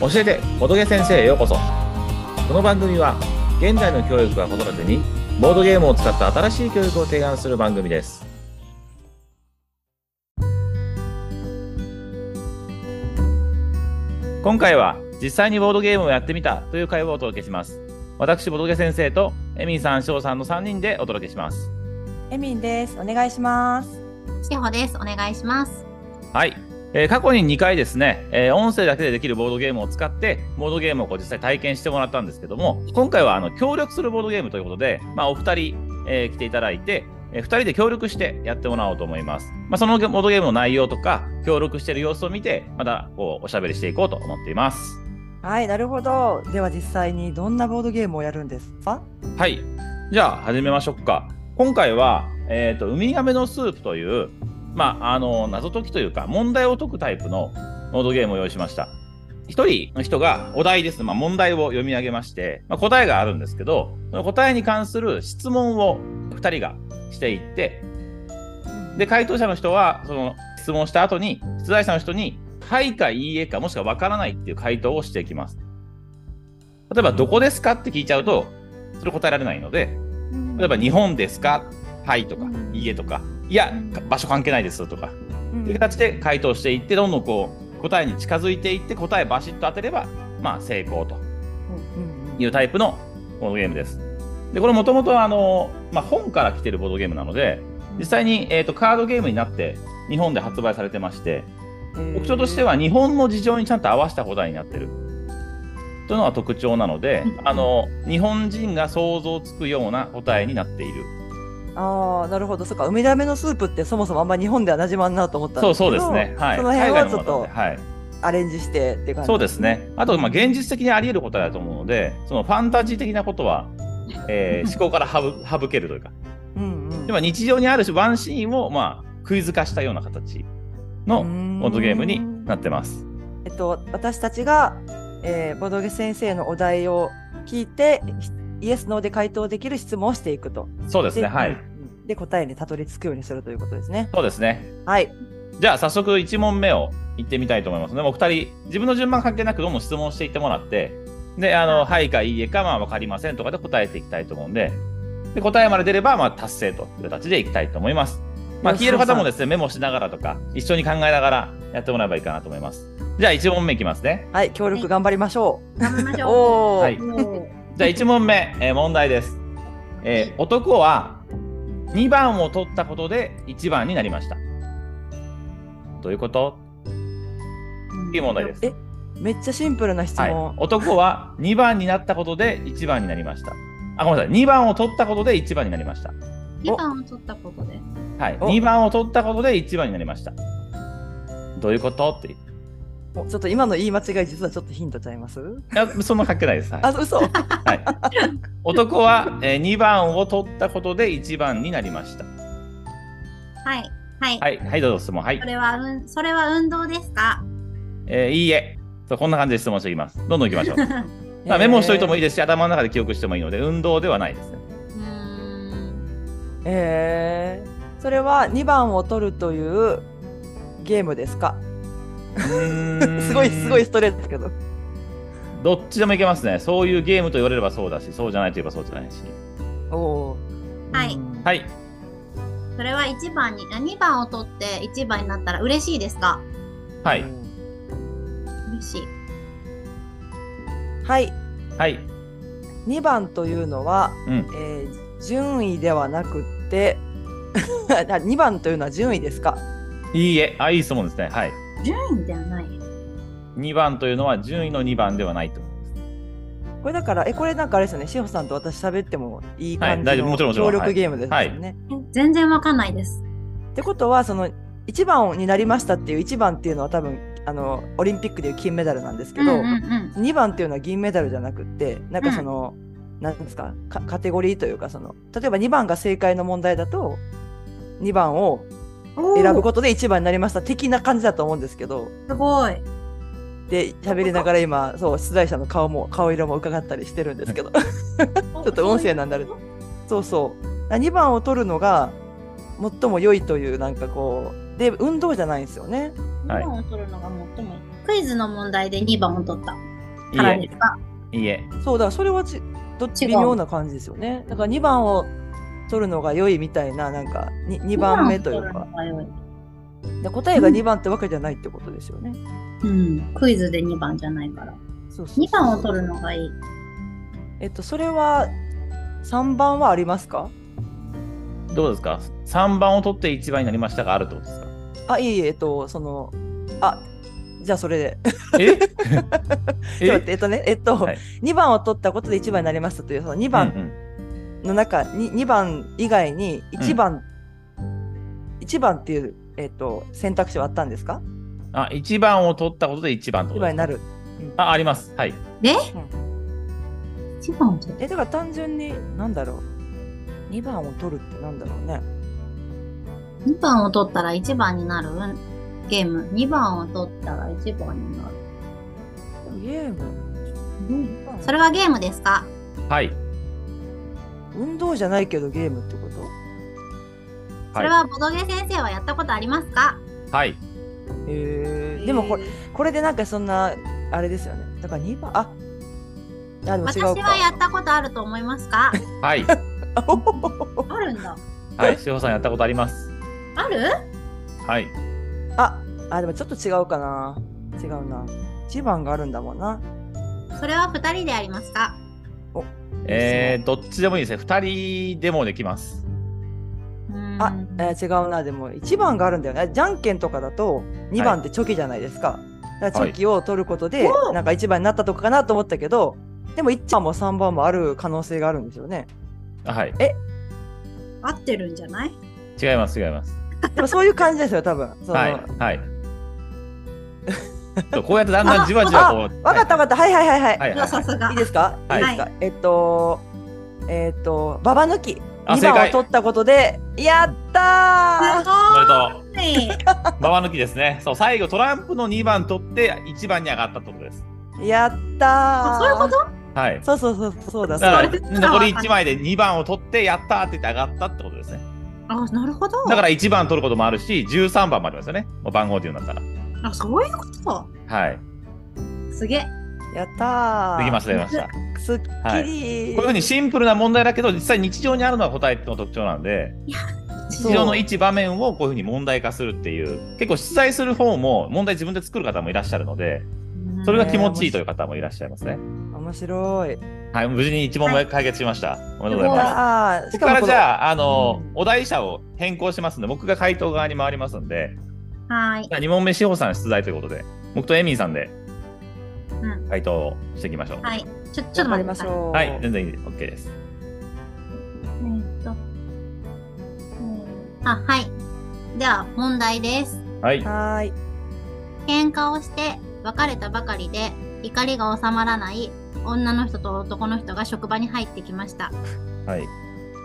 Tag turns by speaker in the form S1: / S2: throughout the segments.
S1: 教えて仏先生へようこそこの番組は現在の教育は子育てにボードゲームを使った新しい教育を提案する番組です今回は実際にボードゲームをやってみたという会話をお届けします私仏先生とエミンさん翔さんの3人でお届けします
S2: エミンです。お願いします。
S3: しほです。お願いします。
S1: はい、えー過去に2回ですね、えー音声だけでできるボードゲームを使ってボードゲームをこう実際体験してもらったんですけども今回はあの協力するボードゲームということで、まあ、お二人、えー来ていただいて、え2人で協力してやってもらおうと思います、まあ、そのボードゲームの内容とか協力している様子を見てまたこうおしゃべりしていこうと思っています
S2: はい、なるほど。では実際にどんなボードゲームをやるんですか
S1: はいじゃあ始めましょうか今回は、えーと「ウミガメのスープ」という、まあ、あの謎解きというか問題を解くタイプのボードゲームを用意しました一人の人がお題です、まあ、問題を読み上げまして、まあ、答えがあるんですけどその答えに関する質問を2人がしていってで回答者の人はその質問した後に出題者の人に「はい」か「いいえ」かもしくは「わからない」っていう回答をしていきます例えば「どこですか?」って聞いちゃうとそれ答えられないので例えば「日本ですか?」「はい」とか「いいえ」とか「いや場所関係ないです」とかという形で回答していってどんどんこう答えに近づいていって答えバシッと当てれば、まあ、成功というタイプのボードゲームです。でこれもともとあの、まあ、本から来てるボードゲームなので実際に、えー、とカードゲームになって日本で発売されてまして特徴としては日本の事情にちゃんと合わせた答えになってるというのが特徴なので
S3: うん
S1: あの日本人が想像つくような答えになっている
S2: ああ、なるほど。そっか、梅だめのスープってそもそもあんま日本では馴染まんなと思ったん
S1: そう
S2: ですけ
S1: そう
S2: ど。
S1: ですねはい
S2: その辺はちょ
S1: 海外の
S2: っ
S1: もの
S2: と
S1: なのではい
S2: アレンジしてっていう感じ。
S1: そうですね。あと、まあ、現実的にあり得ることだと思うので、そのファンタジー的なことは、え ー思考から省省けるというか、
S2: うんうん。
S1: でも日常にあるし、ワンシーンを、まあ、クイズ化したような形の
S2: うーん
S1: ボードゲームになってます。
S2: えっと、私たちが、えー、ボードゲ先生のお題を聞いて、イエス、ノーで回答できる質問をしていくと。
S1: そうですね。は
S2: う
S1: い。
S2: んで、答えにたどり着くようにするということですね。
S1: そうですね。
S2: はい。
S1: じゃあ、早速1問目を行ってみたいと思いますね。もうお二人、自分の順番関係なく、どんどん質問していってもらって、で、あの、はいかいいえか、まあ、わかりませんとかで答えていきたいと思うんで、で答えまで出れば、まあ、達成という形でいきたいと思います。まあ、
S2: よし
S1: 消える方もですね、メモしながらとか、一緒に考えながらやってもらえばいいかなと思います。じゃあ、1問目いきますね。
S2: はい、協力頑張りましょう。
S3: 頑張りましょ
S2: おお、
S1: はい。
S3: う。も
S1: じゃあ、1問目、えー問題です。えー男は2番を取ったことで1番になりました。どういうこと
S3: う
S1: いい問題です。
S2: え、めっちゃシンプルな質
S1: はい
S2: 問。、
S1: 男は2番になったことで1番になりました。あ、ごめんなさい。2番を取ったことで1番になりました。
S3: 2番を取ったことで。
S1: はい。
S2: お
S1: 2番を取ったことで1番になりました。どういうことって。い
S2: おちょっと今の言い間違い、実はちょっとヒントちゃいます
S1: や、そんな書けないです。はい
S2: あ、 嘘
S1: はい、男は、え2番を取ったことで1番になりました。
S3: はい。はい。
S1: はい。はい、どうぞ質問。はい
S3: そ。れは、うん、それは運動ですか
S1: えーいいえ。そうこんな感じで質問していきます。どんどん行きましょう。 まあ、メモしといてもいいですし、頭の中で記憶してもいいので、運動ではないですね。
S3: うーん。
S2: えーそれは2番を取るというゲームですか
S1: うーん
S2: すごい、すごいストレートだけど。
S1: どっちでもいけますね。そういうゲームと言われればそうだし、そうじゃないと言えばそうじゃないし。
S2: おおー。
S3: はい
S2: うん
S1: はい。
S3: それは1番に、あ2番を取って1番になったら嬉しいですか
S1: は
S2: う
S1: い。
S2: ん
S3: 嬉しい。
S2: はい。
S1: はい。
S2: 2番というのは、
S1: うん
S2: えー順位ではなくって、2番というのは順位ですか
S1: いいえ。あ、いい質問ですね。はい。
S3: 順位ではない。
S1: 2番というのは順位の2番ではないと思います。
S2: これだから、え、これなんかあれですよね、志保さんと私喋ってもいい感
S1: はい大
S2: じ
S1: 丈夫も
S2: の
S1: ちろんもちろん
S2: 協力ゲームですよね。
S3: え全然わかんないです。
S2: ってことはその1番になりましたっていう1番っていうのは多分あのオリンピックでいう金メダルなんですけ
S3: うんう
S2: ど、
S3: んうん。
S2: 2番っていうのは銀メダルじゃなくってなんかその、なんですかかカテゴリーというかその例えば2番が正解の問題だと2番を
S3: おー
S2: 選ぶことで1番になりました的な感じだと思うんですけど
S3: すごい。
S2: で喋りながら今そう出題者の顔も顔色も伺ったりしてるんですけど ち
S3: ちょ
S2: ょっと音声なんだるそうそう2番を取るのが最も良いというなんかこうで運動じゃないんですよね。
S3: 2番を取るのが最も。クイズの問題で2番を取った。
S1: い
S3: から
S1: え
S3: ですか
S1: いいえ
S2: そうだ、それはちどっち
S3: 違う
S2: 微妙な感じですよね。だから2番を取るのが良いみたいな、なんか 2, 2番目というか。で答えが2番ってわけじゃないってことですよね。
S3: うん、クイズで2番じゃないから。
S2: そうそうそう
S3: 2番を取るのがいい。
S2: えっと、それは3番はありますか
S1: どうですか3番を取って1番になりましたがあるってことです か
S2: あ、いえいえ、えっと、その、あ、じゃあそれで。
S1: え
S2: ちょっと待ってえっとね、えっと、
S1: はい
S2: 2番を取ったことで1番になりましたという、その2番
S1: うんうん
S2: の中に、2番以外に1番、一1番っていう、えっと、選択肢はあったんですか
S1: あ、1番を取ったことで1番ってこ
S2: ?1
S1: とで
S2: 番
S1: すか
S2: になる。
S1: あ、あります。はい。
S3: 1番を取る。
S2: え、だから単純に、なんだろう。2番を取るってなんだろうね。
S3: 2番を取ったら1番になるうんゲーム。2番を取ったら1番になる。
S2: ゲーム。二番
S3: それはゲームですか
S1: はい。
S2: 運動じゃないけどゲームってこと
S3: それはボドゲ先生はやったことありますか、
S1: はい。
S2: へえ。でもこれ、これでなんかそんな、あれですよね。だから2番、あ、あ、でも違
S3: 私
S2: うか。
S3: は やったことあると思いますか
S1: はい。
S3: あるんだ。
S1: はい。志保さんやったことあります。
S3: ある
S1: はい。
S2: あ、あ、でもちょっと違うかな。違うな。1番があるんだもんな。
S3: それは2人でやりますか
S1: えー、どっちでもいいですね。2人でもできます。
S3: うーん
S2: あ、えー違うな。でも1番があるんだよね。じゃんけんとかだと2番ってチョキじゃないですか。だからチョキを取ることで、なんか1番になったとかかなと思ったけど、でも1番も3番もある可能性があるんですよね。
S1: はい。
S3: 合ってるんじゃない
S1: 違います、違います。
S2: でもそういう感じですよ、多分。その
S1: はい。はい。 そうこうやってだんだんじわじわこう。わ
S2: わかったわかった。はいはいはいはい。、
S1: はいいはい、は
S3: さ
S1: い。
S3: すが。
S2: いですか、
S1: はい
S2: い、いですかえっと、えっと、ババ抜き。
S1: あ
S2: 2番
S1: 正
S2: を
S1: 解
S2: 取ったことで、やったー
S1: お
S3: すごい。
S1: ババ抜きですね。そう、最後トランプの2番取って1番に上がったってことです。
S2: やったー
S3: あそういうこと
S1: はい。
S2: そうそうそうそうだ
S1: だ
S2: そう
S1: から
S2: だ。
S1: 残り1枚で2番を取ってやったーって言って上がったってことですね。
S3: あ、なるほど。
S1: だから1番取ることもあるし、13番もありますよね。もう番号で言うんだった
S3: あ、そういうこと。
S1: ら。はい。
S3: すげえ。
S2: やったー。
S1: できました、できました。こ
S2: た。すっきり
S1: はい
S2: ー。
S1: ういうふうにシンプルな問題だけど、実際日常にあるのが答えの特徴なんで、
S2: そ
S1: 日
S2: う
S1: 常の一場面をこういうふうに問題化するっていう、結構出題する方も問題自分で作る方もいらっしゃるので、それが気持ちいいという方もいらっしゃいますね。
S2: 面白い。
S1: はい、無事に1問目解決しました。おめでとうございます。
S2: ああ、
S1: ここからじ
S2: あ、
S1: ゃあ、あの
S2: うん、
S1: お題者を変更しますんで、僕が回答側に回りますんで、
S3: はーい。
S1: 2問目、志保さん出題ということで、僕とエミンさんで
S3: うん
S1: 回答をしていきましょう。
S3: はい。ちょ、ちょっと待ってくだ
S2: まし
S3: さい。
S2: ょう。
S1: はい、全然いいです。OK です。
S3: えーっと。あ、はい。では、問題です。
S1: はい。
S2: はーい。
S3: 喧嘩をして、別れたばかりで、怒りが収まらない女の人と男の人が職場に入ってきました。
S1: はい。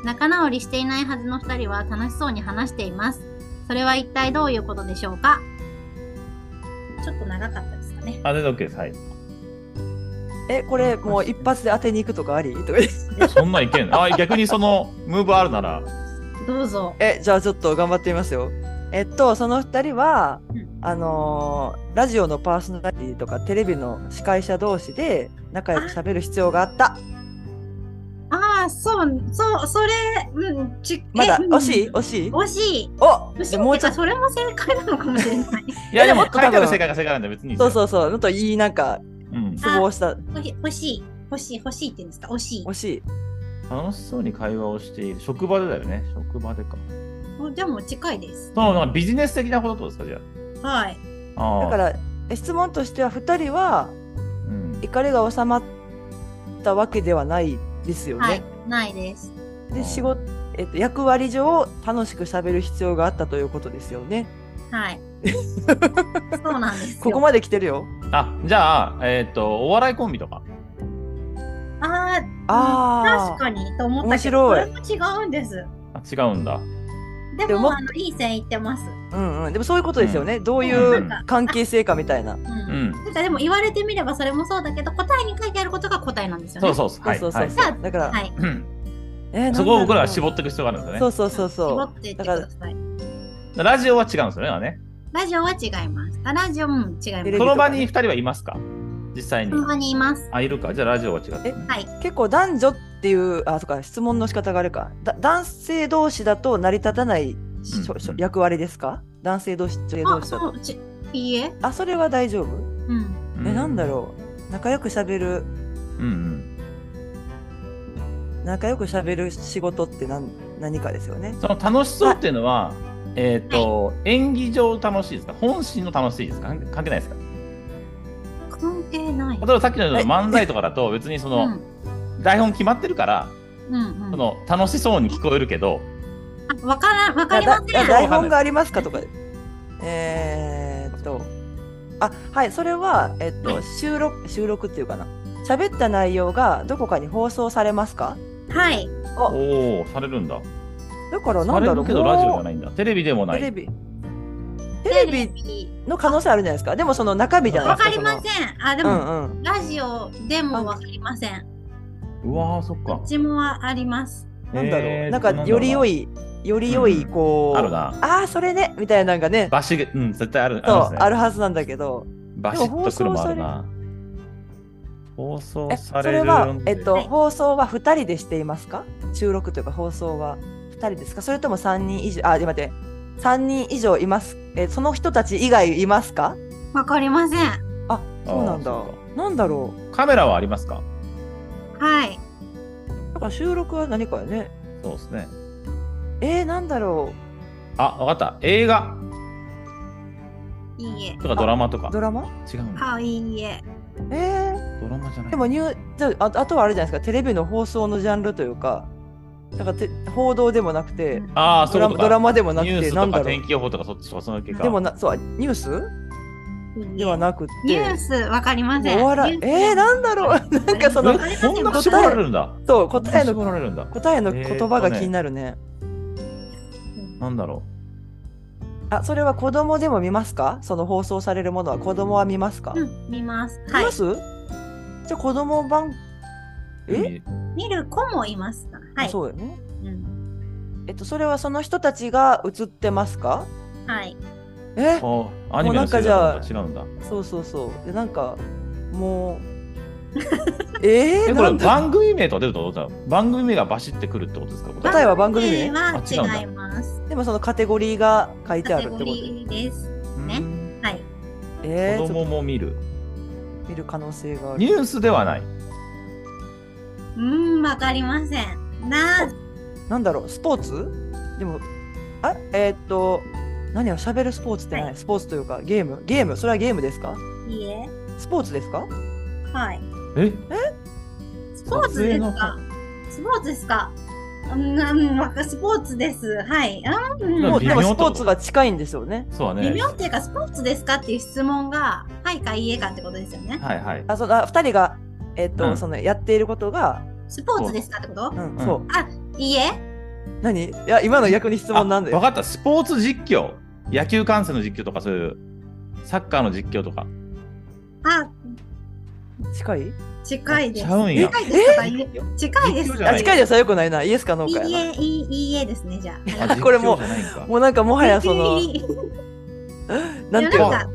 S3: 仲直りしていないはずの二人は楽しそうに話しています。それは一体どういうことでしょうかちょっと長かったですかね。
S1: あ、全然 OK です。はい。
S2: え、これもう一発で当てに行くとかありと か言って
S1: そんなんいけんのあ、逆にそのムーブあるなら。
S3: どうぞ。
S2: え、じゃあちょっと頑張ってみますよ。えっと、その二人は
S3: うん、
S2: あのーラジオのパーソナリティとかテレビの司会者同士で仲良く喋る必要があった。
S3: ああ、そう、そう、それ、うん、ち
S2: まだ
S3: えうん
S2: 惜しい惜しい
S3: 惜しい。
S2: お
S3: 惜しい。
S2: でも
S3: も
S2: う
S3: う
S2: ちょっ
S3: それも正解なのかもしれない。
S1: いや、で
S2: も
S1: も、
S2: っと
S1: 書いてある
S2: 多分
S1: 世界が世界なんで別にいい
S2: と、そう
S1: う。
S2: そうそう、もっといいなんか、
S1: うん。
S2: 都合した、
S3: 欲しい、欲しい、欲しい、欲しいって言うんですか惜しい
S2: 惜しい。
S1: 楽しそうに会話をしている。職場でだよね。職場でか。。
S3: おでも近いです。
S1: その、なんかビジネス的なことってことですか、
S3: はい。
S1: じゃあ。あ
S2: だ
S1: ー
S2: から、え質問としては2人は
S1: うん。
S2: 怒りが収まったわけではないですよね。
S3: はい。ないです。
S2: で仕事、えっと、役割上楽しく喋る必要があったということですよね。
S3: はい。そうなんですよ。
S2: ここまで来てるよ。
S1: あ、じゃあ、えっ、と、お笑いコンビとか。
S3: ああ、
S2: あ
S3: 確
S2: あ。
S3: かにと思ったけど、これ
S2: 面
S3: も違うんです。
S1: あ違うんだ。
S3: でも
S2: でも
S3: あのいい線いってます。
S2: うんうん。でもそういうことですよね。どうい
S1: そう
S2: う
S1: なん
S3: か
S2: 関係性かみたいな。
S3: う。
S1: うんん。
S3: なんかでも言われてみればそれもそうだけど、答えに書いてあることが答えなんですよね。
S1: そうそうそう。はい。
S2: そう
S1: は
S2: そ。
S1: いう
S3: じゃ
S2: そう。だから、
S3: はい。
S1: うん
S2: えー
S1: そこを僕らは絞
S2: っ
S1: っていく必要があるんです
S2: そ
S1: よ
S2: うそうそう
S3: 絞
S2: そ
S3: っていってください。
S1: ね。ラジオは違うんですよね。だからね
S3: ラジオは違います。あラジオも違います。
S2: テレビ
S1: その場に2人はいますか実際に
S3: そ。の場にいます。
S1: あ、いるか。じゃあラジオは違ったね。
S3: はい。
S2: 結構男女っていうあそっか質問の仕方があるかだ男性同士だと成り立たないしょ
S1: うん
S2: しょ役割ですか男性同士女性同
S3: あ、
S2: 士だ
S3: そ
S2: と
S3: う、ち、いいえ。
S2: あそれは大丈夫、
S3: うん。
S1: う
S2: えなんだろう仲良くしゃべる
S1: う。うん
S2: 仲良くしゃべる仕事って何何かですよね
S1: うん。その楽しそうっていうのは、えっ、と、演技上楽しいですか本心の楽しいですか関係ないですか
S3: 関係ない。
S1: 例えばさっきのような
S2: え
S1: 漫才とかだ と別にその、台本決まってるから、
S3: うん、うん、
S1: そ
S3: うん。あ
S1: の楽しそうに聞こえるけど、
S3: わから、わかりません。
S2: だだ台本がありますかとかえー、っとあはいそれは、えっと、収録収録っていうかな喋った内容がどこかに放送されますか
S3: はい。
S2: あ
S1: おおされるんだ。
S2: だからな
S1: さ
S2: ん
S1: れ
S2: だ
S1: る
S2: ろう
S1: けどラジオじ
S2: も
S1: ゃ
S2: う
S1: ないんだ。テレビでもな
S2: テレ
S1: い。
S2: ビテレビの可能性あるじゃないですかでもその中身じゃない
S3: わ
S2: です
S3: か
S2: か
S3: りません。あ、で
S2: その
S3: も、
S2: うんうん
S3: ラジオでもわかりません。
S1: うわーそっ
S3: ど
S1: か
S3: っ。ちもあります。
S2: なんだろう、
S1: えー
S2: なんかより良。いより良いこう、
S1: あるな。
S2: ああそれねみたいなのがね
S1: バシッうん絶対ある。
S2: そう
S1: るんですね
S2: あるはずなんだけど
S1: バシッとくるもあるな。放送
S2: え
S1: さ
S2: そ
S1: れる
S2: れはえっと、
S3: はい
S2: 放送は2人でしていますか収録というか放送は2人ですかそれとも3人以上あ待って3人以上いますえその人たち以外いますか
S3: わかりません。
S2: あそうなん
S1: あー
S2: だ
S1: そう
S2: なんだろ
S1: カメラはありますか
S3: はい。
S2: うだから収録は何かよね
S1: そうですね。
S2: えー、なんだろ
S1: あ、わかった。映画
S3: いいえ。
S1: とかドラマとか
S2: う。ドラマ
S1: 違うんだ。
S3: あ、いいえ。
S2: えー、
S1: ドラマじゃない。
S2: でもニューじゃあああとはあれじゃないですかテレビの放送のジャンルというかなんかて報道でもなくて
S1: ああ、そ
S2: ド
S1: うい
S2: ラ
S1: うこと
S2: ドラ
S1: か。
S2: マでもなく
S1: ニュー
S2: て
S1: ス
S2: な
S1: と
S2: んだ
S1: か
S2: ろ
S1: 天
S2: う
S1: 気予報とかそっちとかその結果。
S2: でもなそうニュース
S3: いいえ
S2: ではなくて
S3: ニュースわかりません。
S2: お笑い
S3: ニュ
S2: えー、なんだろうなんかそ
S1: え
S2: の
S1: そんな絞られるんだ。
S2: そう答え
S1: そんな
S2: の
S1: 絞られるんだ。
S2: 答えの
S1: えー
S2: 言
S1: っとね
S2: 葉が気になるね,、
S1: なんだろ
S2: あそれは子供でも見ますかその放送されるものは子供は見ますか、
S3: う
S2: 見
S3: ん、見ます。はい
S2: ま。す、じゃあ子供版
S1: う。
S2: え
S1: 海
S3: 見る子もいますか。は
S2: あ
S3: い。
S2: そうよね
S3: うん
S2: えっとそれはその人たちが映ってますか
S3: はい。
S2: え
S1: ああ、アニメのせい
S2: もうな
S1: だ
S2: んか
S1: 違うんだ。
S2: そうそうそう。でなんかもう
S1: え、
S2: えー、
S1: こ
S2: な
S1: れ
S2: んだ
S1: 番組名とか出るとどうだろう番組名がバシってくるってことですか答え
S2: 答えは番組名
S3: 番組
S1: あ
S3: は
S1: 違
S3: 違います。
S2: でもそのカテゴリーが書いてあ
S3: カ
S2: る
S3: テ
S2: ってこと
S3: ゴ
S2: で。
S3: リーです。ね
S1: うん
S3: はい。
S2: えー、
S1: 子
S2: ちょ
S1: 供
S2: っ
S1: も見る。
S2: と見る可能性があ
S1: ニ
S2: る。
S1: ュースではない。
S3: うーん、わかりません。な、
S2: なんだろうスポーツ？でもあえー、っと何を喋るスポーツってない、
S3: は
S2: スポーツというかゲームゲームそれはゲームですか？
S3: いいえ。
S2: スポーツですか？
S3: はい。
S1: え
S3: スポーツですか。スポーツですか。うんうん、わかスポーツです。はい。うん
S1: ま
S2: も
S1: あ
S2: うでも
S1: 微妙
S2: ス
S1: ってこ
S2: ポ
S1: と
S2: ーツが近いんですよね。
S1: そうだね。
S3: 微妙っていうか、スポーツですかっていう質問が、はいかいいえかってことですよね。
S1: はいはい。
S2: あそのあ二人がえーっと、
S1: うん
S2: そのやっていることが
S3: スポーツですかってこと
S2: うん、
S1: うん
S2: そう
S3: いいえ。
S2: 何いや今の逆に質問なんだ
S1: あ
S2: よ。
S1: わかった。スポーツ実況。野球観戦の実況とか、そういう、サッカーの実況とか。
S3: あ、
S2: 近い？
S3: 近いです。
S1: ちゃうんや
S3: 近いですとかいえ近いです
S1: 実況じゃな
S2: あ
S1: い
S2: 近いですよよくないなイエスかノー
S3: い
S2: かや
S3: い
S2: な。
S3: え、いいいいえですね、じゃあ。
S1: あ
S2: これもう
S1: 実況じゃないんか
S2: もうなんかもはやそのなん
S3: な
S2: んて
S3: てい
S2: いうう
S3: の
S2: の
S3: なんか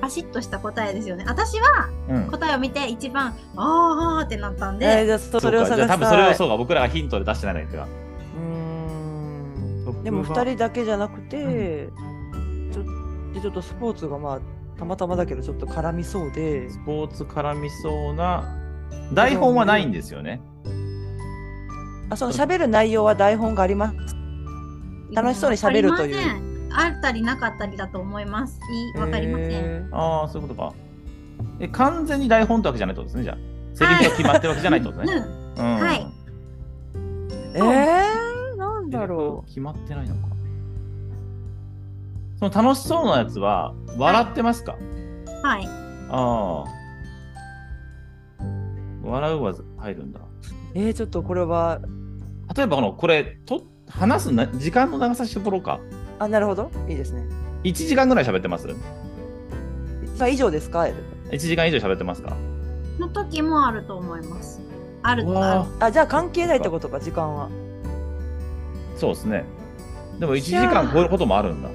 S3: パシッとした答えですよね。私は
S1: うん。
S3: 答えを見て一番あーってなったん
S2: えー
S3: で、
S2: じゃあそ
S1: そ
S2: それを
S1: うか
S2: 探
S1: じゃあ
S2: した
S1: 多分それを
S2: う
S1: そうか。僕らがヒントで出してないんだけど。
S2: ーん
S1: 僕は
S2: でも2人だけじゃなくて、ちょでちょっとスポーツがまあたまたまだけどちょっと絡みそうで
S1: スポーツ絡みそうな。台本はないんですよね。
S2: あその喋る内容は台本があります楽しそうに喋るという
S3: わかりませんあったりなかったりだと思います。いいわかりません。
S2: へ
S1: ああ、そういうことか。え、完全に台本ってわけじゃないってことですね、じゃあ。セリフが決まってるわけじゃないってことね。
S3: うん
S1: うん
S3: はい。
S2: ーえー、なんだろ
S1: 決まってないのか。その楽しそうなやつは、笑ってますか、
S3: はい。
S1: ああ。笑うは入るんだ。
S2: うえー、ちょっとこれは
S1: 例えば、この、これ、と、話すな、時間の長さしてもらおうか。
S2: あなるほどいいですね
S1: 1時間ぐらい喋ってます
S2: さあ以上ですか
S1: ?1 時間以上喋ってますか
S3: の時もあると思います。ある
S1: う
S3: とあ
S1: わ
S3: る。
S2: あじゃあ関係ないってことか時間は
S1: ーそうですね。でも1時間超えることもあるんだ。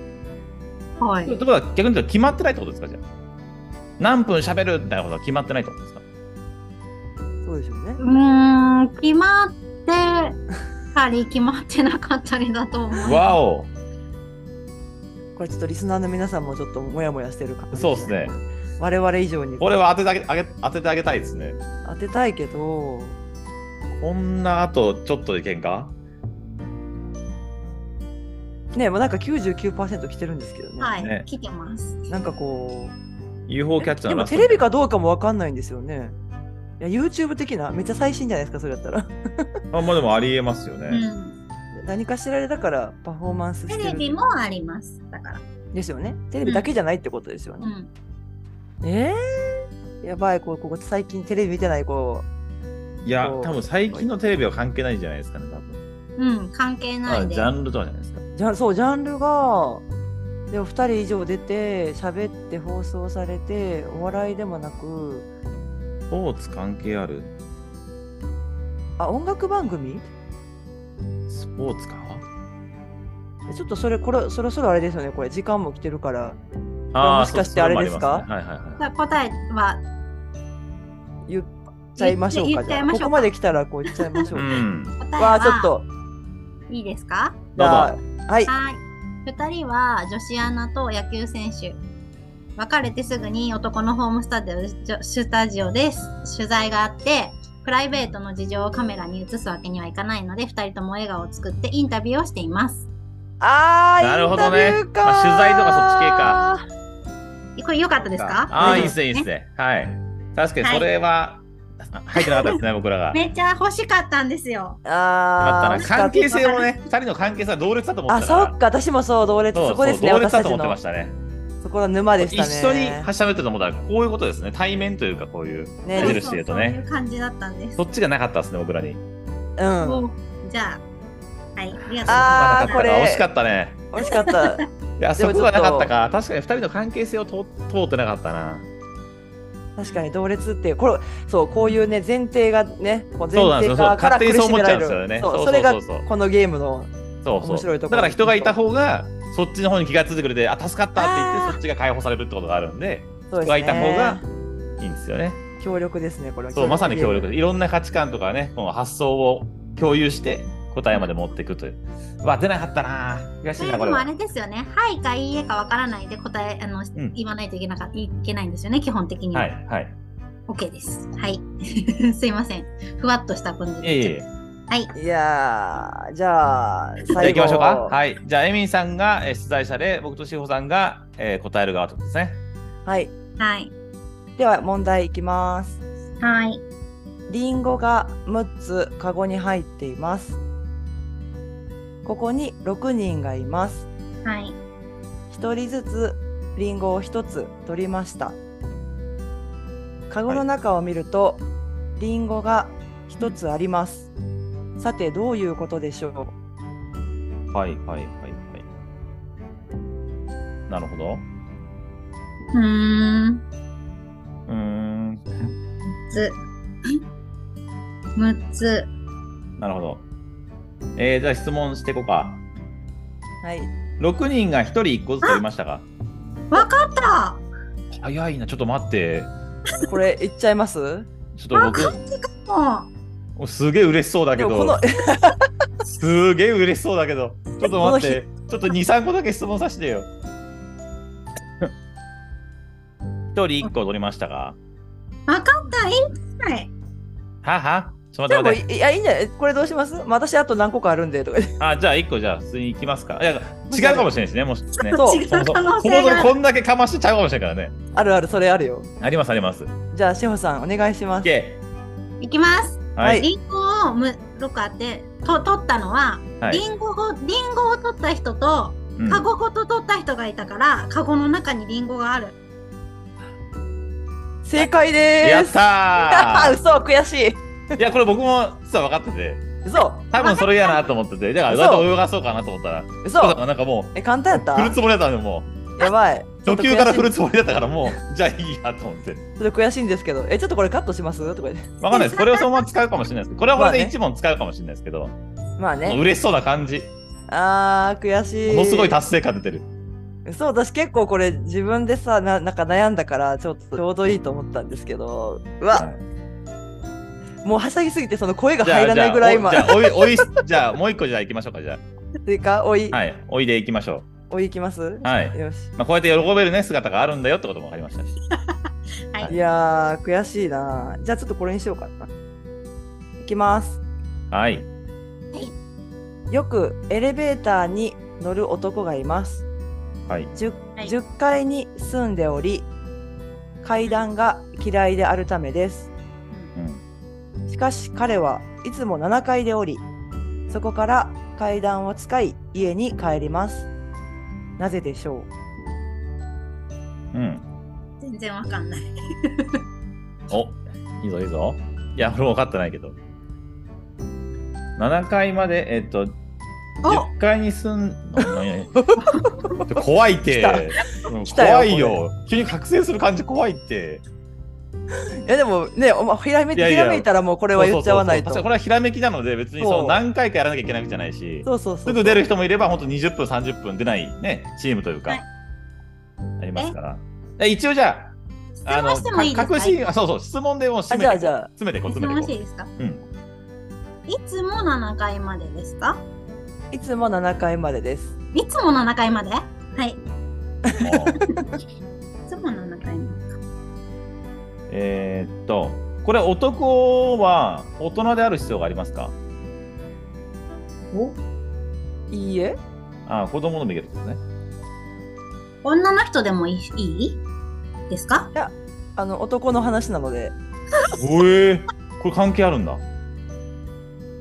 S3: は
S1: という
S3: い。
S1: ことは逆に言うと決まってないってことですかじゃ何分喋るみたいなことは決まってないってことですか
S2: そうでしょうね
S3: う。ーん、決まってたり、決まってなかったりだと思う。
S1: わお
S2: これちょっとリスナーの皆さんもちょっとモヤモヤしてる感じ。
S1: そうですね。
S2: 我々以上に
S1: これは当ててあげあげ当ててあげたいですね
S2: 当てたいけど、
S1: こんなあとちょっとで喧嘩
S2: ね、もうなんか99%来てるんですけどね。
S3: はい、
S1: ね
S3: 来てます。
S2: なんかこ
S1: UFO
S2: う、
S1: キャッチャー
S2: で
S1: の
S2: も
S1: ラスト
S2: テレビかどうかもわかんないんですよね。いや YouTube 的なめっちゃ最新じゃないですかそれだったら
S1: あまあでもありえますよ
S3: う
S1: ね、
S3: ん、
S2: 何かしらでだからパフォーマンスして
S3: テ
S2: る
S3: レビもあります。だから。
S2: ですよねテレビだけじゃないってことですよ
S3: う
S2: ね、
S3: ん。
S2: えー、やばいこうここ最近テレビ見てない子
S1: いや
S2: そう
S1: 多分最近のテレビは関係ないんじゃないですかね多分
S3: うん、関係な
S1: あ
S3: いで。
S1: ジャンルとかじゃないですか
S2: じゃそうジャンルがでも2人以上出て喋って放送されてお笑いでもなく
S1: スポーツ関係ある
S2: あ音楽番組
S1: スポーツか
S2: ちょっとそれこれそろそろあれですよねこれ時間も来てるから
S1: ー
S2: もしかしてあれですか
S1: そうそれもありますねはいはい
S3: じ
S1: は
S3: ゃあ答えは、
S2: 言っちゃいましょう
S3: 言
S2: か
S3: っ
S2: じ
S3: ちゃ
S2: ゃ
S3: い
S2: あ
S3: ま
S2: こ
S3: しょ
S2: こ
S3: うか
S2: まで来たらこう言っちゃいましょう、
S1: いうん
S3: 答え
S2: わ
S3: は
S2: あちょっと
S3: いいですか
S2: じゃあはい
S3: はい。2人は女子アナと野球選手。別れてすぐに男のホームスタジオスタジオです取材があって、プライベートの事情をカメラに映すわけにはいかないので、2人とも笑顔を作ってインタビューをしています。
S2: あー
S1: なるほどね
S2: インタビューかー
S1: まあ取材とか
S3: これ良かったですか
S1: ああ
S2: うん
S1: いいっすねいいっすねはい確かにそれは、あ入ってなかったです ね僕らが
S3: めっちゃ欲しかったんですよ。
S1: あったな
S2: あー
S1: 関係性もね二人の関係性は同列だと思っ
S2: あ
S1: てたから
S2: そっか私もそう同列
S1: そう
S2: そこですね
S1: そう同列だ
S2: 私た
S1: と
S2: ち
S1: 思ってま
S2: の
S1: したね
S2: そこは沼でした
S1: 一
S2: ね
S1: 緒にはしゃべってると思ったらこういうことですね対面というかこういう
S2: ね
S1: 矢印で言うとね
S3: そうそうそういう感じだったんです。
S1: そっちがなかったですね僕らに
S2: うん
S3: おじゃあ、はい、ありがとうございます。
S2: あーこれ
S1: 惜しかったね
S2: 美味しか った。
S1: いや
S2: で
S1: そ
S2: も
S1: こがなかったか確かに二人の関係性を通通ってなかったな
S2: 確かに同列っていう、これ、そう、こういうね、前提がね、こう前
S1: そうなんです
S2: 提
S1: よ
S2: がから
S1: そう勝手に
S2: 苦
S1: そう
S2: し
S1: 思っ
S2: め
S1: ち
S2: ら
S1: ゃうん
S2: れる。
S1: ですよね
S2: そう、
S1: そ
S2: そう
S1: そう
S2: れ
S1: そう
S2: が
S1: そう
S2: このゲームの、
S1: そうそう
S2: 面白いとこ
S1: だから人がいた方がそっちの方に気がついてくれてあ助かったって言ってそっちが解放されるってことがあるんで
S2: そう
S1: 人
S2: です
S1: がいた方が
S2: ね。
S1: いいんですよね
S2: 協力ですね、これは。
S1: そうまさに協
S2: ゲーム。
S1: 力ですいろんな価値観とかねこの発想を共有して答えまで持っていくというわ出なかったな悔し
S3: そ
S1: い
S3: れ
S1: な
S3: で
S1: これ
S3: もあ
S1: は
S3: れですよね、はいかいいえかわからないで答えあの、
S1: ん
S3: 言わないといけなかいけないんですよね、基本的には。
S1: はい
S3: OK です。はい。 すいません。ふわっとした感じ
S1: はいい
S3: で。
S1: えいえ
S3: はい。
S2: いやー、じゃあ、最後。
S1: じゃあ行きましょうか。はい。じゃあ、エミンさんがえー出題者で、僕と志保さんが、えー答える側ってことですね。
S2: はい。
S3: はい。
S2: では、問題いきます。
S3: はい。
S2: リンゴが6つカゴに入っています。ここに6人がいます。
S3: はい。
S2: 一人ずつリンゴを一つ取りましたカゴの中を見ると、リンゴが一つありますさてどういうことでしょう
S1: はい、はい、はい、はい。なるほど。
S3: うーん。
S1: うーん。
S3: つ。6つ。
S1: なるほど。えー、じゃあ質問していこうか。
S2: はい
S1: 6人が1人1個ずつ取りましたか
S3: わかった
S1: 早いな、ちょっと待って。
S2: これ言っちゃいます
S1: ちょっと
S3: も
S1: 僕、すげえ嬉しそうだけ
S2: でもこの
S1: ど、すげえ嬉しそうだけど、ちょっと待って、ちょっと2、3個だけ質問させてよ。1人1個取りましたか
S3: う、わかったいいんじゃ ない
S1: ははちょっと
S2: で
S1: 待って待
S2: も
S1: って。
S2: いいやいいんじゃないこれどうしますまあ私あと何個かあるんでとか言って
S1: あ、じゃあ一個じゃあ普通に行きますか。いや、違うかもしれないですね。もしね。
S2: そう
S3: 違う可能
S1: そ
S3: 性
S1: もそ
S3: が
S1: も
S3: ある。
S1: こんだけかましてちゃうかもしれないからね。
S2: あるあるそれあるよ
S1: ありますあります。
S2: じゃあ志保さんお願いします
S1: OK。
S3: いきます。
S1: は
S2: はい
S1: い。
S3: リンゴをむ6個あって、と取ったのは、
S1: はい
S3: リンゴをリンゴを取った人と
S1: うん
S3: カゴごと取った人がいたから、カゴの中にリンゴがある。
S2: 正解で
S1: やっ
S2: すあ
S1: た
S2: 嘘悔しい
S1: ーいや、これ僕も実は分かってて、
S2: 嘘
S1: 多分それ嫌なと思ってて、だから
S2: 嘘
S1: だと泳がそうかなと思ったら、だか
S2: 嘘
S1: らなんかも
S2: え簡単
S1: う、フ
S2: や
S1: ル
S2: っ
S1: つもりだったのよも、
S2: たやばいうちょ
S1: 初
S2: っと
S1: 級から
S2: 悔しい
S1: フルつもりだったから、もう、じゃあいいやと思って。
S2: ちょっと悔しいんですけど、え、ちょっとこれカットしますとか言って。
S1: 分かんないです。これをそのまま使うかもしれないです。これはこれ
S2: ま
S1: で
S2: あね
S1: 一問使うかもしれないですけど、
S2: まあね。
S1: 嬉しそうな感じ、
S2: あー、悔しい。
S1: ものすごい達成感出てる。
S2: そう私結構これ自分でさななんか悩んだからちょっとちょうどいいと思ったんですけどうわ、
S1: は
S2: もうはしゃぎすぎてその声が
S1: じゃあ
S2: 入らないぐらい今
S1: じゃあおじゃあおいおいじゃあもう一個じゃあ行きましょうかじゃ
S2: というかおい、
S1: あはいおいで行きましょ
S2: おいいきます
S1: うはい、
S2: よし
S1: まあ、こうやって喜べるね姿があるんだよってことも分かりましたし
S3: はい
S2: いやー悔しいなじゃあちょっとこれにしようかないきます
S1: はい
S2: よくエレベーターに乗る男がいます
S1: はい
S2: 10,
S3: はい
S2: 10階に住んでおり階段が嫌いであるためです
S1: うん
S2: しかし彼はいつも7階でおりそこから階段を使い家に帰りますなぜでしょ
S1: うん
S3: 全然わかんない。
S1: おいいぞいいぞいや俺も分かってないけど7階までえっと
S3: お
S1: 10階に住んななな 怖いって
S2: 来た
S1: うん
S2: 来たよ
S1: 怖いよ急に覚醒する感じ怖いって
S2: ういやでもねお前ひらめ
S1: いやい
S2: ひ
S1: や
S2: らめいたらもうこれは言っちゃわないと
S1: そうそうそう確かにこれはひらめきなので別にそ
S2: そ
S1: の
S2: う
S1: 何回かやらなきゃいけないわけじゃないし
S2: そうそうそう
S1: すぐ出る人もいれば本当20分30分出ないねチームというか、
S3: はい
S1: ありますからえ一応じゃ
S3: 質
S1: ああ
S3: 問してもいいですか
S1: 確信あそうそう質問でもう
S2: あ
S1: 締め
S2: じ
S1: て
S2: ゃ
S1: こ
S2: あ
S1: う
S2: じゃあ
S1: 詰めてこう
S3: 質
S1: 詰め
S3: 問
S1: てこ
S3: していいですかいつも7階までですか
S2: いつも7階までです
S3: いつも7階まではい。いう
S1: も う
S3: つも7階までか。
S1: えーっとこれ男は大人である必要がありますか
S2: いいえ
S1: あ子供のもいけるんですね
S3: 女の人でもいいいいですか
S2: あの男の話なので
S1: おえこれ関係あるんだ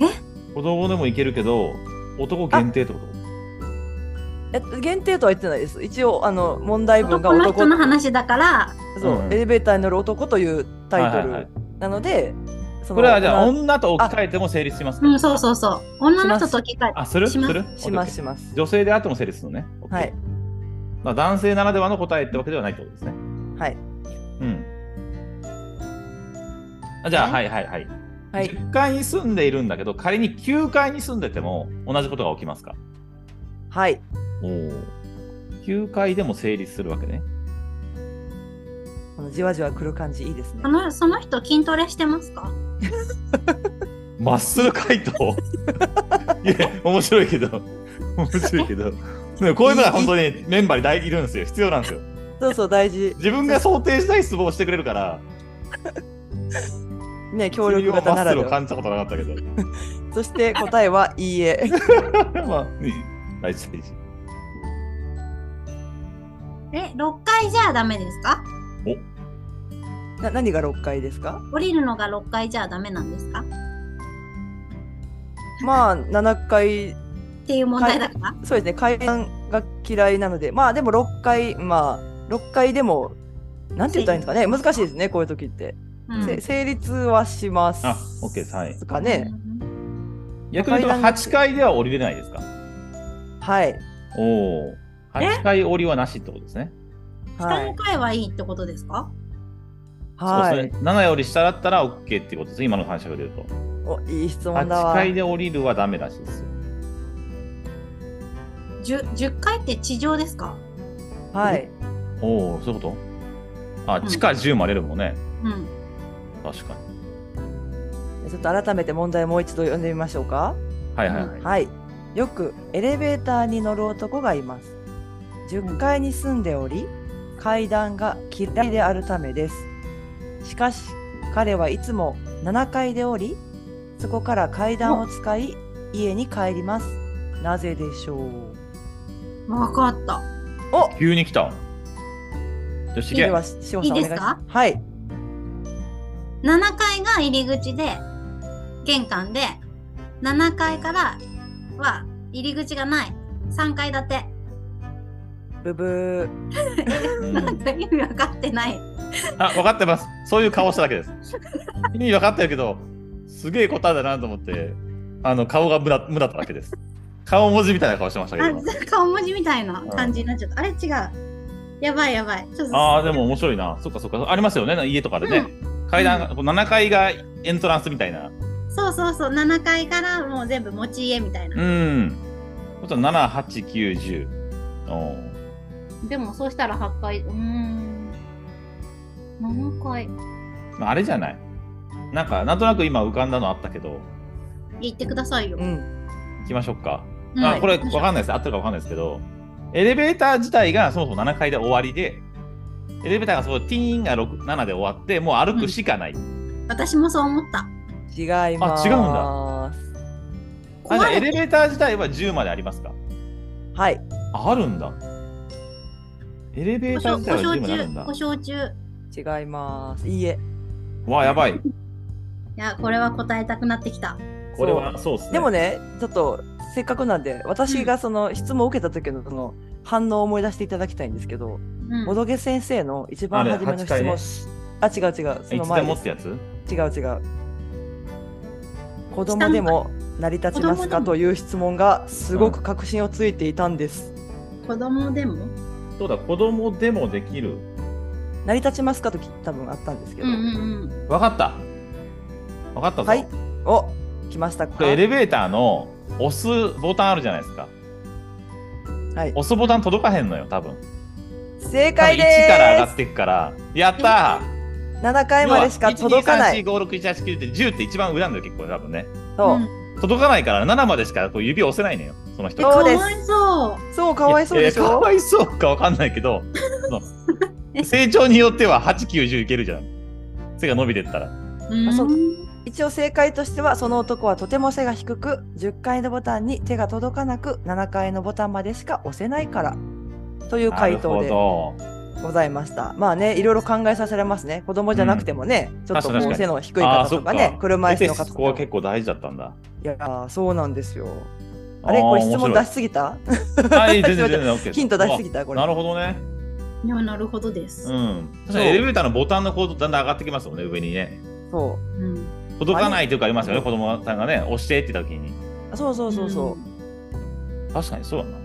S3: え
S1: 子供でもいけるけど男限定ってこと
S2: え限定とは言ってないです一応あの問題文が
S3: 男の
S2: 男
S3: 人の話だから、
S2: そう、
S1: うん
S2: エレベーターに乗る男というタイト
S1: はいはいはい
S2: ルなので、その
S1: これはじゃあ
S2: な
S1: 女と置き換えても成立しますか
S3: うん、そうそうそう。女の人と機械。
S1: あするす
S3: します
S1: る
S2: します
S1: OK
S2: します
S1: 女性であっても成立するのね、OK
S2: はい
S1: まあ、男性ならではの答えってわけではないってことですね
S2: はい
S1: うんあじゃあは
S3: はい
S1: はいはい、
S2: はい
S1: 10階に住んでいるんだけど仮に9階に住んでても同じことが起きますか
S2: はい
S1: おお9階でも成立するわけね
S2: このじわじわ来る感じいいですね
S3: あのその人筋トレしてますか
S1: まっすぐ回答 いや面白いけど面白いけどでもこういうのが本当にメンバーに大いるんですよ必要なんですよ
S2: そうそう大事
S1: 自分が想定したい質問をしてくれるから
S2: ね協力型ならで
S1: それを
S2: は
S1: 感じたことなかったけど
S2: そして答えはいいえ
S1: まあ大事大事
S3: え、6階じゃダメですか
S2: な何が6回ですか
S3: 降りるのが6階じゃダメなんですかっ
S2: まあ7回
S3: ていう問題だから。
S2: そうですね階段が嫌いなのでまあでも6回まあ6回でもなんて言ったらいいんですかね難しいですねこういう時って、
S1: うん
S2: せ成立はします
S1: あ OK ですはい
S2: かね、
S1: 逆に言うと8階では降りれないですか
S2: はい
S1: おお8階降りはなしってことですね
S2: は
S3: 下
S2: い
S3: の階はいいってことですか
S2: は
S1: そう
S2: い
S1: ですね7より下だったら OK っていうことです今の話が出ると
S2: おいい質問だ
S1: 8
S2: わ
S1: 階で降りるはダメらしいですよ
S3: 10, 10階って地上ですか
S2: はい
S1: おおそういうことあ
S3: うん
S1: 地下10もあれるもんね、
S3: うん。
S1: 確かに
S2: ちょっと改めて問題もう一度読んでみましょうか
S1: はいはいはい、
S2: はいよくエレベーターに乗る男がいます10階に住んでおり階段が嫌いであるためですしかし彼はいつも7階でおりそこから階段を使い家に帰りますなぜでしょう
S3: わかった。
S2: お
S1: 急に来たよし
S2: で
S1: げ
S2: はしほさんお願
S3: い
S2: い
S3: い
S2: し
S3: です
S2: ま
S3: か
S2: すはい
S3: 7階が入り口で、玄関で、7階からは入り口がない。3階建て。
S2: ブブー
S1: うん
S3: 意味分かってない。
S1: あ分かってますそういう顔しただけです意味分かってるけどすげえ答えだなと思ってあの顔が無駄無駄だっただけです顔文字みたいな顔してましたけど今
S3: あ、顔文字みたいな感じになっちゃった。あれ違う。やばいやばい。ちょっと
S1: ああ、でも面白いな。そっかそっか。ありますよね、家とかでね。階段、こう7階がエントランスみたいな。
S3: そうそうそう。7階からもう全部持ち家みたいな。
S1: うん。ちょっと7、8、9、10。おー
S3: でもそうしたら8回、うーん、7回。
S1: まああれじゃないなんかなんとなく今浮かんだのあったけど
S3: 言ってくださいよ
S2: う。ん。
S1: 行きましょうか、
S3: うん
S1: あこれわかんないです合ってるかわかんないですけどエレベーター自体がそもそも7階で終わりでエレベーターがそうティーンが6 7で終わってもう歩くしかない、
S3: 私もそう思った。
S2: 違います。
S1: あ違
S2: うん
S1: あじゃあ
S3: 壊
S1: エ
S3: れ
S1: レベーター自体は10までありますか
S2: だ。はい。
S1: ああるんだエレベ
S3: 故
S1: ーター自体は10
S3: 障
S1: まであるん
S3: 中、
S1: だ
S3: 故障中。い
S2: 違います。いいえ。
S1: わあやばい
S3: や、これは答えたくなってきた。
S1: これはそうっすね
S2: でもね、ちょっとせっかくなんで、私がその質問を受けた時のその反応を思い出していただきたいんですけど、
S3: うん
S2: ボドゲ先生の一番初めの質
S1: あれ
S2: 問。あ、違う違う。そ
S1: いつで
S2: の前
S1: も
S2: で
S1: っ
S2: す
S1: てやつ
S2: 違う違う。子供でも成り立ちますかという質問がすごく確信をついていたんです。
S3: 子供でも
S1: そうだ子供でもできる
S2: 成り立ちますかとき多分あったんですけ
S3: う
S2: ど。
S3: んうん
S1: わかったわかったぞ、
S2: はい。お、来ました
S1: こ
S2: か。
S1: れエレベーターの押すボタンあるじゃないですか
S2: はい。
S1: 押すボタン届かへんのよ多分
S2: 正
S1: 多分
S2: 解
S1: 1から上
S2: で
S1: がっていくからやった
S2: す。七回
S1: ー
S2: までしか届かない。
S1: 123456789って10って一番上なんだよ結構多分ね
S3: う
S2: そ
S3: ん
S2: う。。
S1: 届かないから7までしかこう指押せないのよその人
S3: え、
S1: が
S3: か
S2: そうです
S3: わいそう。
S2: そうかわいそうでし
S1: いやいやか
S2: ょ。
S1: わいそうかわかんないけどそう成長によっては890いけるじゃん背が伸びてったら
S3: うん
S2: あそう一応正解としてはその男はとても背が低く10階のボタンに手が届かなく7階のボタンまでしか押せないからという回答
S1: なる
S2: で
S1: ほ
S2: ございましたまあねいろいろ考えさせられますね子供じゃなくてもね、ちょっと
S1: 確
S2: こ
S1: か
S2: う
S1: に
S2: 背の低
S1: ど
S2: い
S1: あ
S2: 方
S1: ーそ
S2: と
S1: っか
S2: かね車椅子の方
S1: そ
S2: と
S1: こは
S2: か
S1: 結構大事だったんだ
S2: いやーそうなんですよあれこれ質問出しすぎた
S1: たはい全然全然 OK
S2: ヒント出しす
S1: ぎ
S2: ぎたこれ
S1: なるほどね
S3: いや、なるほどです
S1: う。ん確かにエレベーターのボタンの構造だんだん上がってきますもんね上にね
S2: そ
S3: うん
S1: 届かないというかありますよね子供さんがね押してって言った時に
S2: うそうそうそうそう、
S1: 確かにそうだな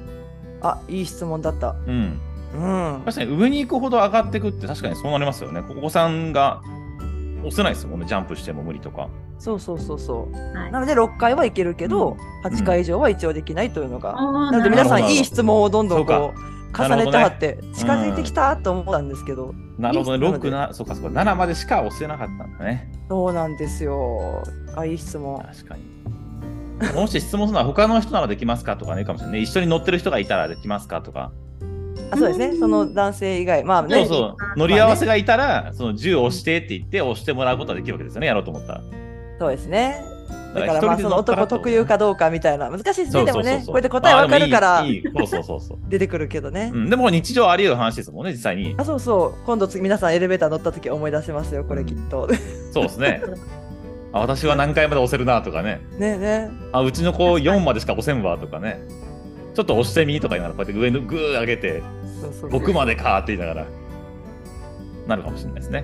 S2: あいい質問だった
S1: うん
S2: うん
S1: 確かに上に行くほど上がってくって確かにそうなりますよねお子さんが押せないですもんねジャンプしても無理とか
S2: そうそうそうそう
S3: はい
S2: なので6階はいけるけど、8階以上は一応できないというのが、
S3: あー
S2: なので皆さ
S1: なるほ
S2: ん
S1: ど
S2: いい質問をどんどんこう
S1: そうか
S2: 重ねてはって近
S1: なるほどね
S2: づいてきたと思ったんですけど、
S1: なるほどね、
S2: いい質問
S1: 6な、そうかそうか、7までしか押せなかったんだね。
S2: そうなんですよあいい質問
S1: 確 かに。もし質問するのは、他の人ならできますかとかね、いいかもしれないね。一緒に乗ってる人がいたらできますかとか。
S2: あそうですねその男性以外まあ
S1: そ
S2: ね
S1: うそう、乗り合わせがいたら、その銃を押してって言って、押してもらうことができるわけですよね、やろうと思ったら。
S2: そうですねだから
S1: 一人
S2: まあ
S1: で
S2: そ
S1: 乗
S2: の
S1: ったら
S2: 男
S1: ってこと
S2: 特有かどうかみたいな難しいです
S1: そ
S2: ね
S1: う
S2: で
S1: そ
S2: も
S1: うそう
S2: ね
S1: そう。
S2: こうやって答えわかるか
S1: あ
S2: ら
S1: でもいいいいそうそうそうそう。
S2: 出てくるけど ね、
S1: うん、でも日常あり得る話ですもんね、実際に。
S2: あそうそう今度次皆さんエレベーター乗った時思い出しますよこれきっ と
S1: そうですね。あ私は何回まで押せるなとかね。
S2: ねえね
S1: あうちの子4までしか押せんわとかね。ちょっと押してみとかになら、こうやって上のグー上げて、
S2: そうそうそう
S1: 僕までかーって言いながらなるかもしれないですね。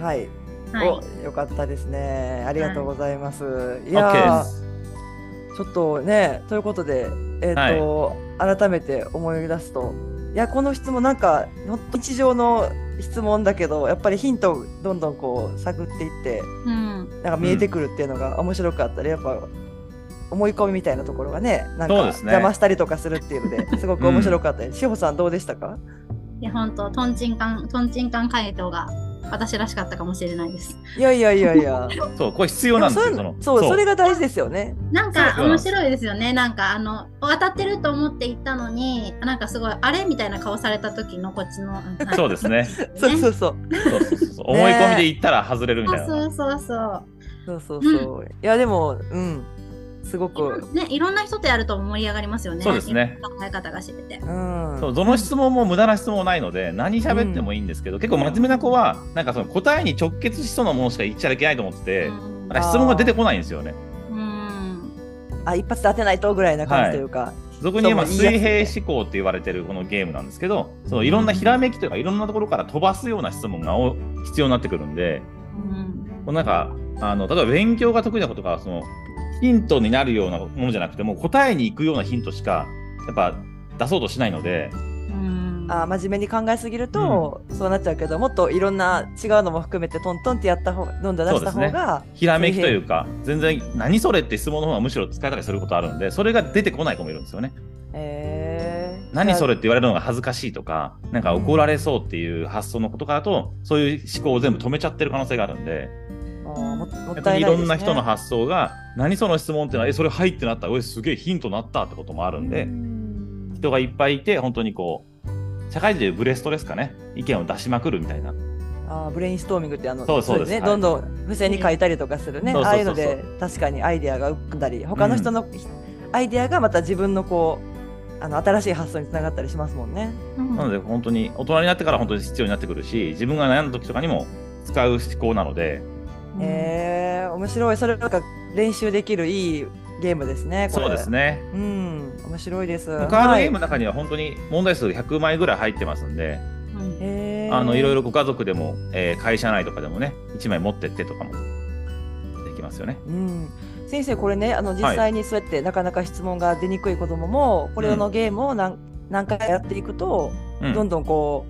S2: はい、
S3: はい。
S2: およかったですねありがとうございます、い、
S1: オ
S2: や
S1: ッケ
S2: ー
S1: ーです。
S2: ちょっとねということで、えーと改めて思い出すといやこの質問なんかほんと日常の質問だけどやっぱりヒントをどんどんこう探っていって
S3: うん。
S2: なんか見えてくるっていうのが面白かったり、やっぱ思い込みみたいなところがねなんか
S1: そうですね
S2: 邪魔したりとかするっていう のですごく面白かったです。志保さんどうでしたか
S3: いや、本当、とんちんかん、とんちんかん回答が私らしかったかもしれないです。
S2: いやいやいやいや
S1: そう、これ必要なんですよ。
S2: で
S1: そ
S2: も
S1: の
S2: そうそうそれが大事ですよね。
S3: なん
S1: そ
S3: か
S1: うなん
S3: 面
S1: です
S3: 白いですよね。なんかあの当たってると思って行ったのに、なんかすごいあれみたいな顔された時のこっちの。うん
S1: そうですね。
S2: そうそ
S3: ね
S2: うそう
S1: そうそうそうそう 思
S2: ねえ
S1: い込みで行ったら外れるみたいな。
S3: そうそうそう
S2: そうそうそう。いやでもうんすご
S3: そ
S2: く
S3: う。ね、いろんな人とやると盛り上がりますよね。
S1: そうですね
S3: いろんな考え方が知れて。
S2: うん
S1: そうどの質問も無駄な質問ないので何喋ってもいいんですけど、結構真面目な子はなんかその答えに直結しそうなものしか言っちゃいけないと思ってて
S3: う、ん
S1: なんか質問が出てこないんですよね。
S3: うん。
S2: あ一発で当てないとぐらいな感じというか、
S1: そこに今
S2: そうもう言
S1: 水
S2: いや
S1: 平思考って言われてるこのゲームなんですけどそのいろんなひらめきというかいろんなところから飛ばすような質問がお必要になってくるんで
S3: うん
S1: こうなんかあの例えば勉強が得意なことがそのヒントになるようなものじゃなくてもう答えに行くようなヒントしかやっぱ出そうとしないので
S3: うん
S2: あー真面目に考えすぎると、そうなっちゃうけどもっといろんな違うのも含めてトントンってやった方どんどん出した方が、
S1: ひらめきというか全然「何それ?」って質問の方がむしろ使えたりすることあるんでそれが出てこない子もいるんですよね。
S2: え
S1: 何それって言われるのが恥ずかしいとか、なんか怒られそうっていう発想のことからと、そういう思考を全部止めちゃってる可能性があるんで、
S2: あーもも
S1: や
S2: っ
S1: っぱ
S2: た
S1: り
S2: い
S1: いろ
S2: ないです、ね、
S1: んな人の発想が、何その質問ってのは、え、それ入ってなった、え、すげえヒントなったってこともあるんで、人がいっぱいいて、本当にこう、社会人でいうブレストですかね、意見を出しまくるみたいな。
S2: あーブレインストーミングってあの
S1: そうそうです
S2: ね、
S1: はい
S2: どんどん付箋に書いたりとかするね、
S1: そう
S2: あ
S1: そう
S2: あい
S1: そう
S2: う
S1: そう
S2: ので確かにアイデアが浮かんだり他の人のアイデアがまた自分のこうあの新しい発想につながったりしますもんね。
S3: うん
S1: なので、本当に、大人になってから本当に必要になってくるし、自分が悩んだ時とかにも使う思考なので、
S3: うん
S2: えー、面白いそれなんか練習できるいいゲームですねこれ
S1: そうですね。
S2: うん面白いです。
S1: カードゲーム
S2: は
S1: の中には本当に問題数100枚ぐらい入ってますんで、
S3: うん
S2: いえー
S1: あのいろいろご家族でも、えー会社内とかでもね1枚持ってってとかもできますよね。
S2: うん、先生これねあの実際にそうやってなかなか質問が出にくい子どももこれのゲームを何,、何回かやっていくと、
S1: うん、
S2: どんどんこ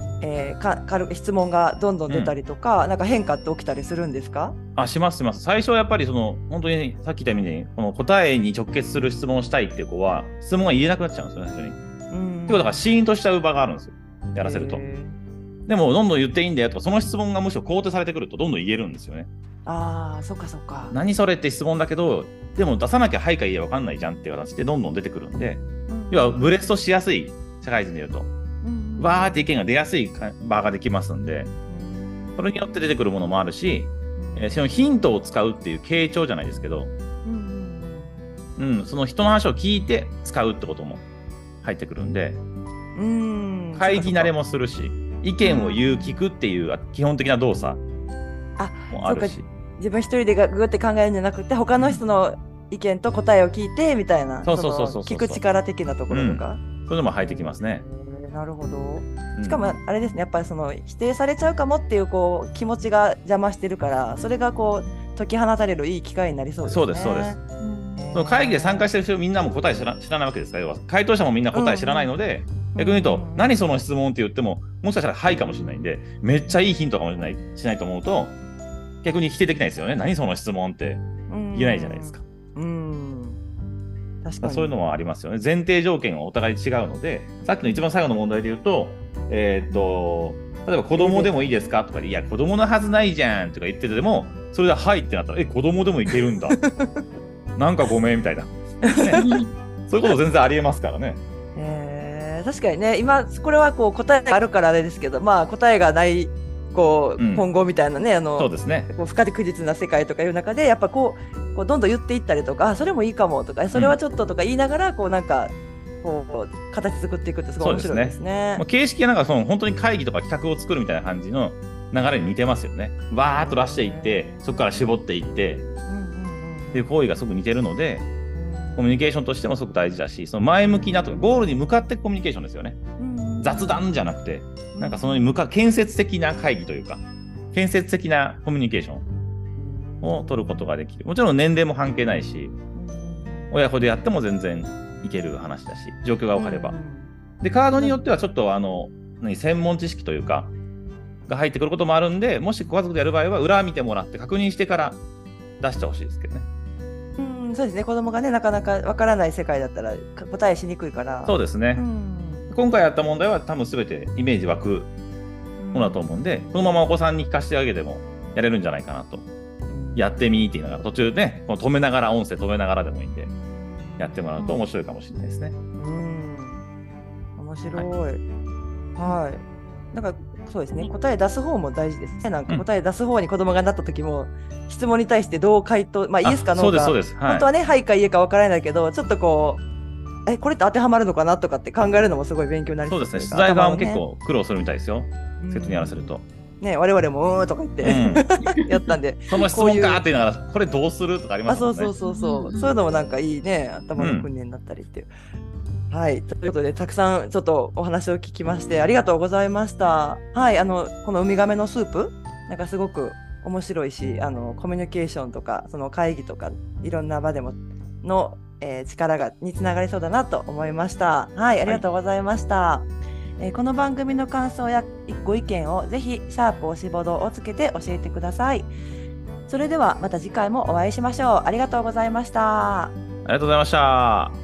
S2: う、えーか軽く質問がどんどん出たりとか、なんか変化って起きたりするんですか、
S1: あしますします最初はやっぱりその本当にさっき言ったみたいにこの答えに直結する質問をしたいっていう子は質問が言えなくなっちゃうんですよね最初に。って
S2: うん、
S1: ことがシーンとしちゃう場があるんですよやらせると
S2: へ。ー
S1: でもどんどん言っていいんだよとかその質問がむしろ肯定されてくるとどんどん言えるんですよね。
S2: あーそっかそっか。
S1: 何それって質問だけどでも出さなきゃはいかいやわかんないじゃんっていう形でどんどん出てくるんで要はブレストしやすい社会人で言うと
S2: うん
S1: わーって意見が出やすいか場ができますんで。それによって出てくるものもあるし、えーそのヒントを使うっていう傾聴じゃないですけど、
S2: うん
S1: うん、その人の話を聞いて使うってことも入ってくるんで、
S2: うん
S1: 会議慣れ
S2: も
S1: もするし、意見を言う、聞くっていう基本的な動作
S2: あ
S1: もあるし、
S2: 自分一人でがぐって考えるんじゃなくて他の人の意見と答えを聞いてみたいな
S1: そうそうそうそう
S2: の聞く力的なところとか、
S1: そういうのも入ってきますね。
S2: えーなるほど
S1: うん
S2: しかもあれですねやっぱりその否定されちゃうかもっていうこう気持ちが邪魔してるからそれがこう解き放たれるいい機会になりそうですね
S1: そうですそうです
S3: うん
S1: その会議で参加してる人みんなも答え知ら知らないわけですから要は回答者もみんな答え知らないので、逆に言うと、
S2: うん
S1: 何その質問って言ってももしかしたらはいかもしれないんでめっちゃいいヒントかもしれないしないと思うと逆に否定できないですよね何その質問って
S2: 言
S1: 言えないじゃないですか。
S2: うん確かに
S1: そういうのもありますよね。前提条件がお互い違うので、さっきの一番最後の問題で言うと、えーっと、例えば子供でもいいですかとかで、いや、子供のはずないじゃんとか言ってても、それではいってなったら、え、子供でもいける んだ。なんかごめんみたいな。ね そういうこと全然ありえますからね。
S2: えー確かにね今これはこう答えがあるからあれですけどまあ答えがないこう、
S1: うん
S2: 今後みたいなねあの
S1: そうですね。
S2: こう不確実な世界とかいう中でやっぱこうこうどんどん言っていったりとかあそれもいいかもとかそれはちょっととか言いながらこうなんかこう形作っていくってすごい面白いです ね
S1: まあ。形式はなんかその本当に会議とか企画を作るみたいな感じの流れに似てますよね。わーっと出していって、そこから絞っていってっていう行為がすごく似てるので、コミュニケーションとしてもすごく大事だし、その前向きなとか、ゴールに向かってコミュニケーションですよね。雑談じゃなくて、なんかその向か、建設的な会議というか、建設的なコミュニケーションを取ることができる。もちろん年齢も関係ないし、親子でやっても全然いける話だし、状況が分かれば。で、カードによってはちょっとあの、何、専門知識というか、が入ってくることもあるんで、もしご家族でやる場合は裏見てもらって確認してから出してほしいですけどね。
S2: うんうんそうですね子供がねなかなかわからない世界だったらか答えしにくいから。
S1: そう
S2: う
S1: ですね。
S2: ん
S1: 今回やった問題は多分全てイメージ湧くものだと思うんで、このままお子さんに聞かせてあげてもやれるんじゃないかなと。やってみーっていうのが途中ね、この止めながら、音声止めながらでもいいんで、やってもらうと面白いかもしれないですね。
S2: うん面白い。はい。なんかそうですね。答え出す方も大事ですね。なんか答え出す方に子供がなった時も、質問に対してどう回答、まあイエスか
S1: あそ
S2: ノ
S1: う
S2: ー
S1: です、
S2: か。
S1: そうです。は
S2: 本
S1: い
S2: 当。はね、はいかいえかわからないんだけど、ちょっとこう、え、これって当てはまるのかなとかって考えるのもすごい勉強になり
S1: そう
S2: と
S1: で
S2: い
S1: すね。
S2: か
S1: 出題側も結
S2: 頭を
S1: 構苦労するみたいですよ。
S2: ね
S1: 生徒にやらせると。
S2: うんね、我々も、うーんとか言っ
S1: う
S2: て、
S1: ん。
S2: やったんで、
S1: その質
S2: こうい
S1: 問
S2: う
S1: かーって言いながら、これどうするとかありま
S2: あ、
S1: す
S2: そ
S1: も
S2: うん
S1: ね
S2: そう。そうそう、
S3: うん
S2: そういうのもなんかいいね、頭の訓練になったりっていう。はい、ということで、たくさんちょっとお話を聞きまして、ありがとうございました。はい、あの、このウミガメのスープ、なんかすごく面白いし、あの、コミュニケーションとか、その会議とか、いろんな場でも、の、えー力が、につながりそうだなと思いました。はい、ありがとうございました。えーこの番組の感想やご意見をぜひ、シャープおしぼどをつけて教えてください。それではまた次回もお会いしましょう。ありがとうございました。
S1: ありがとうございました。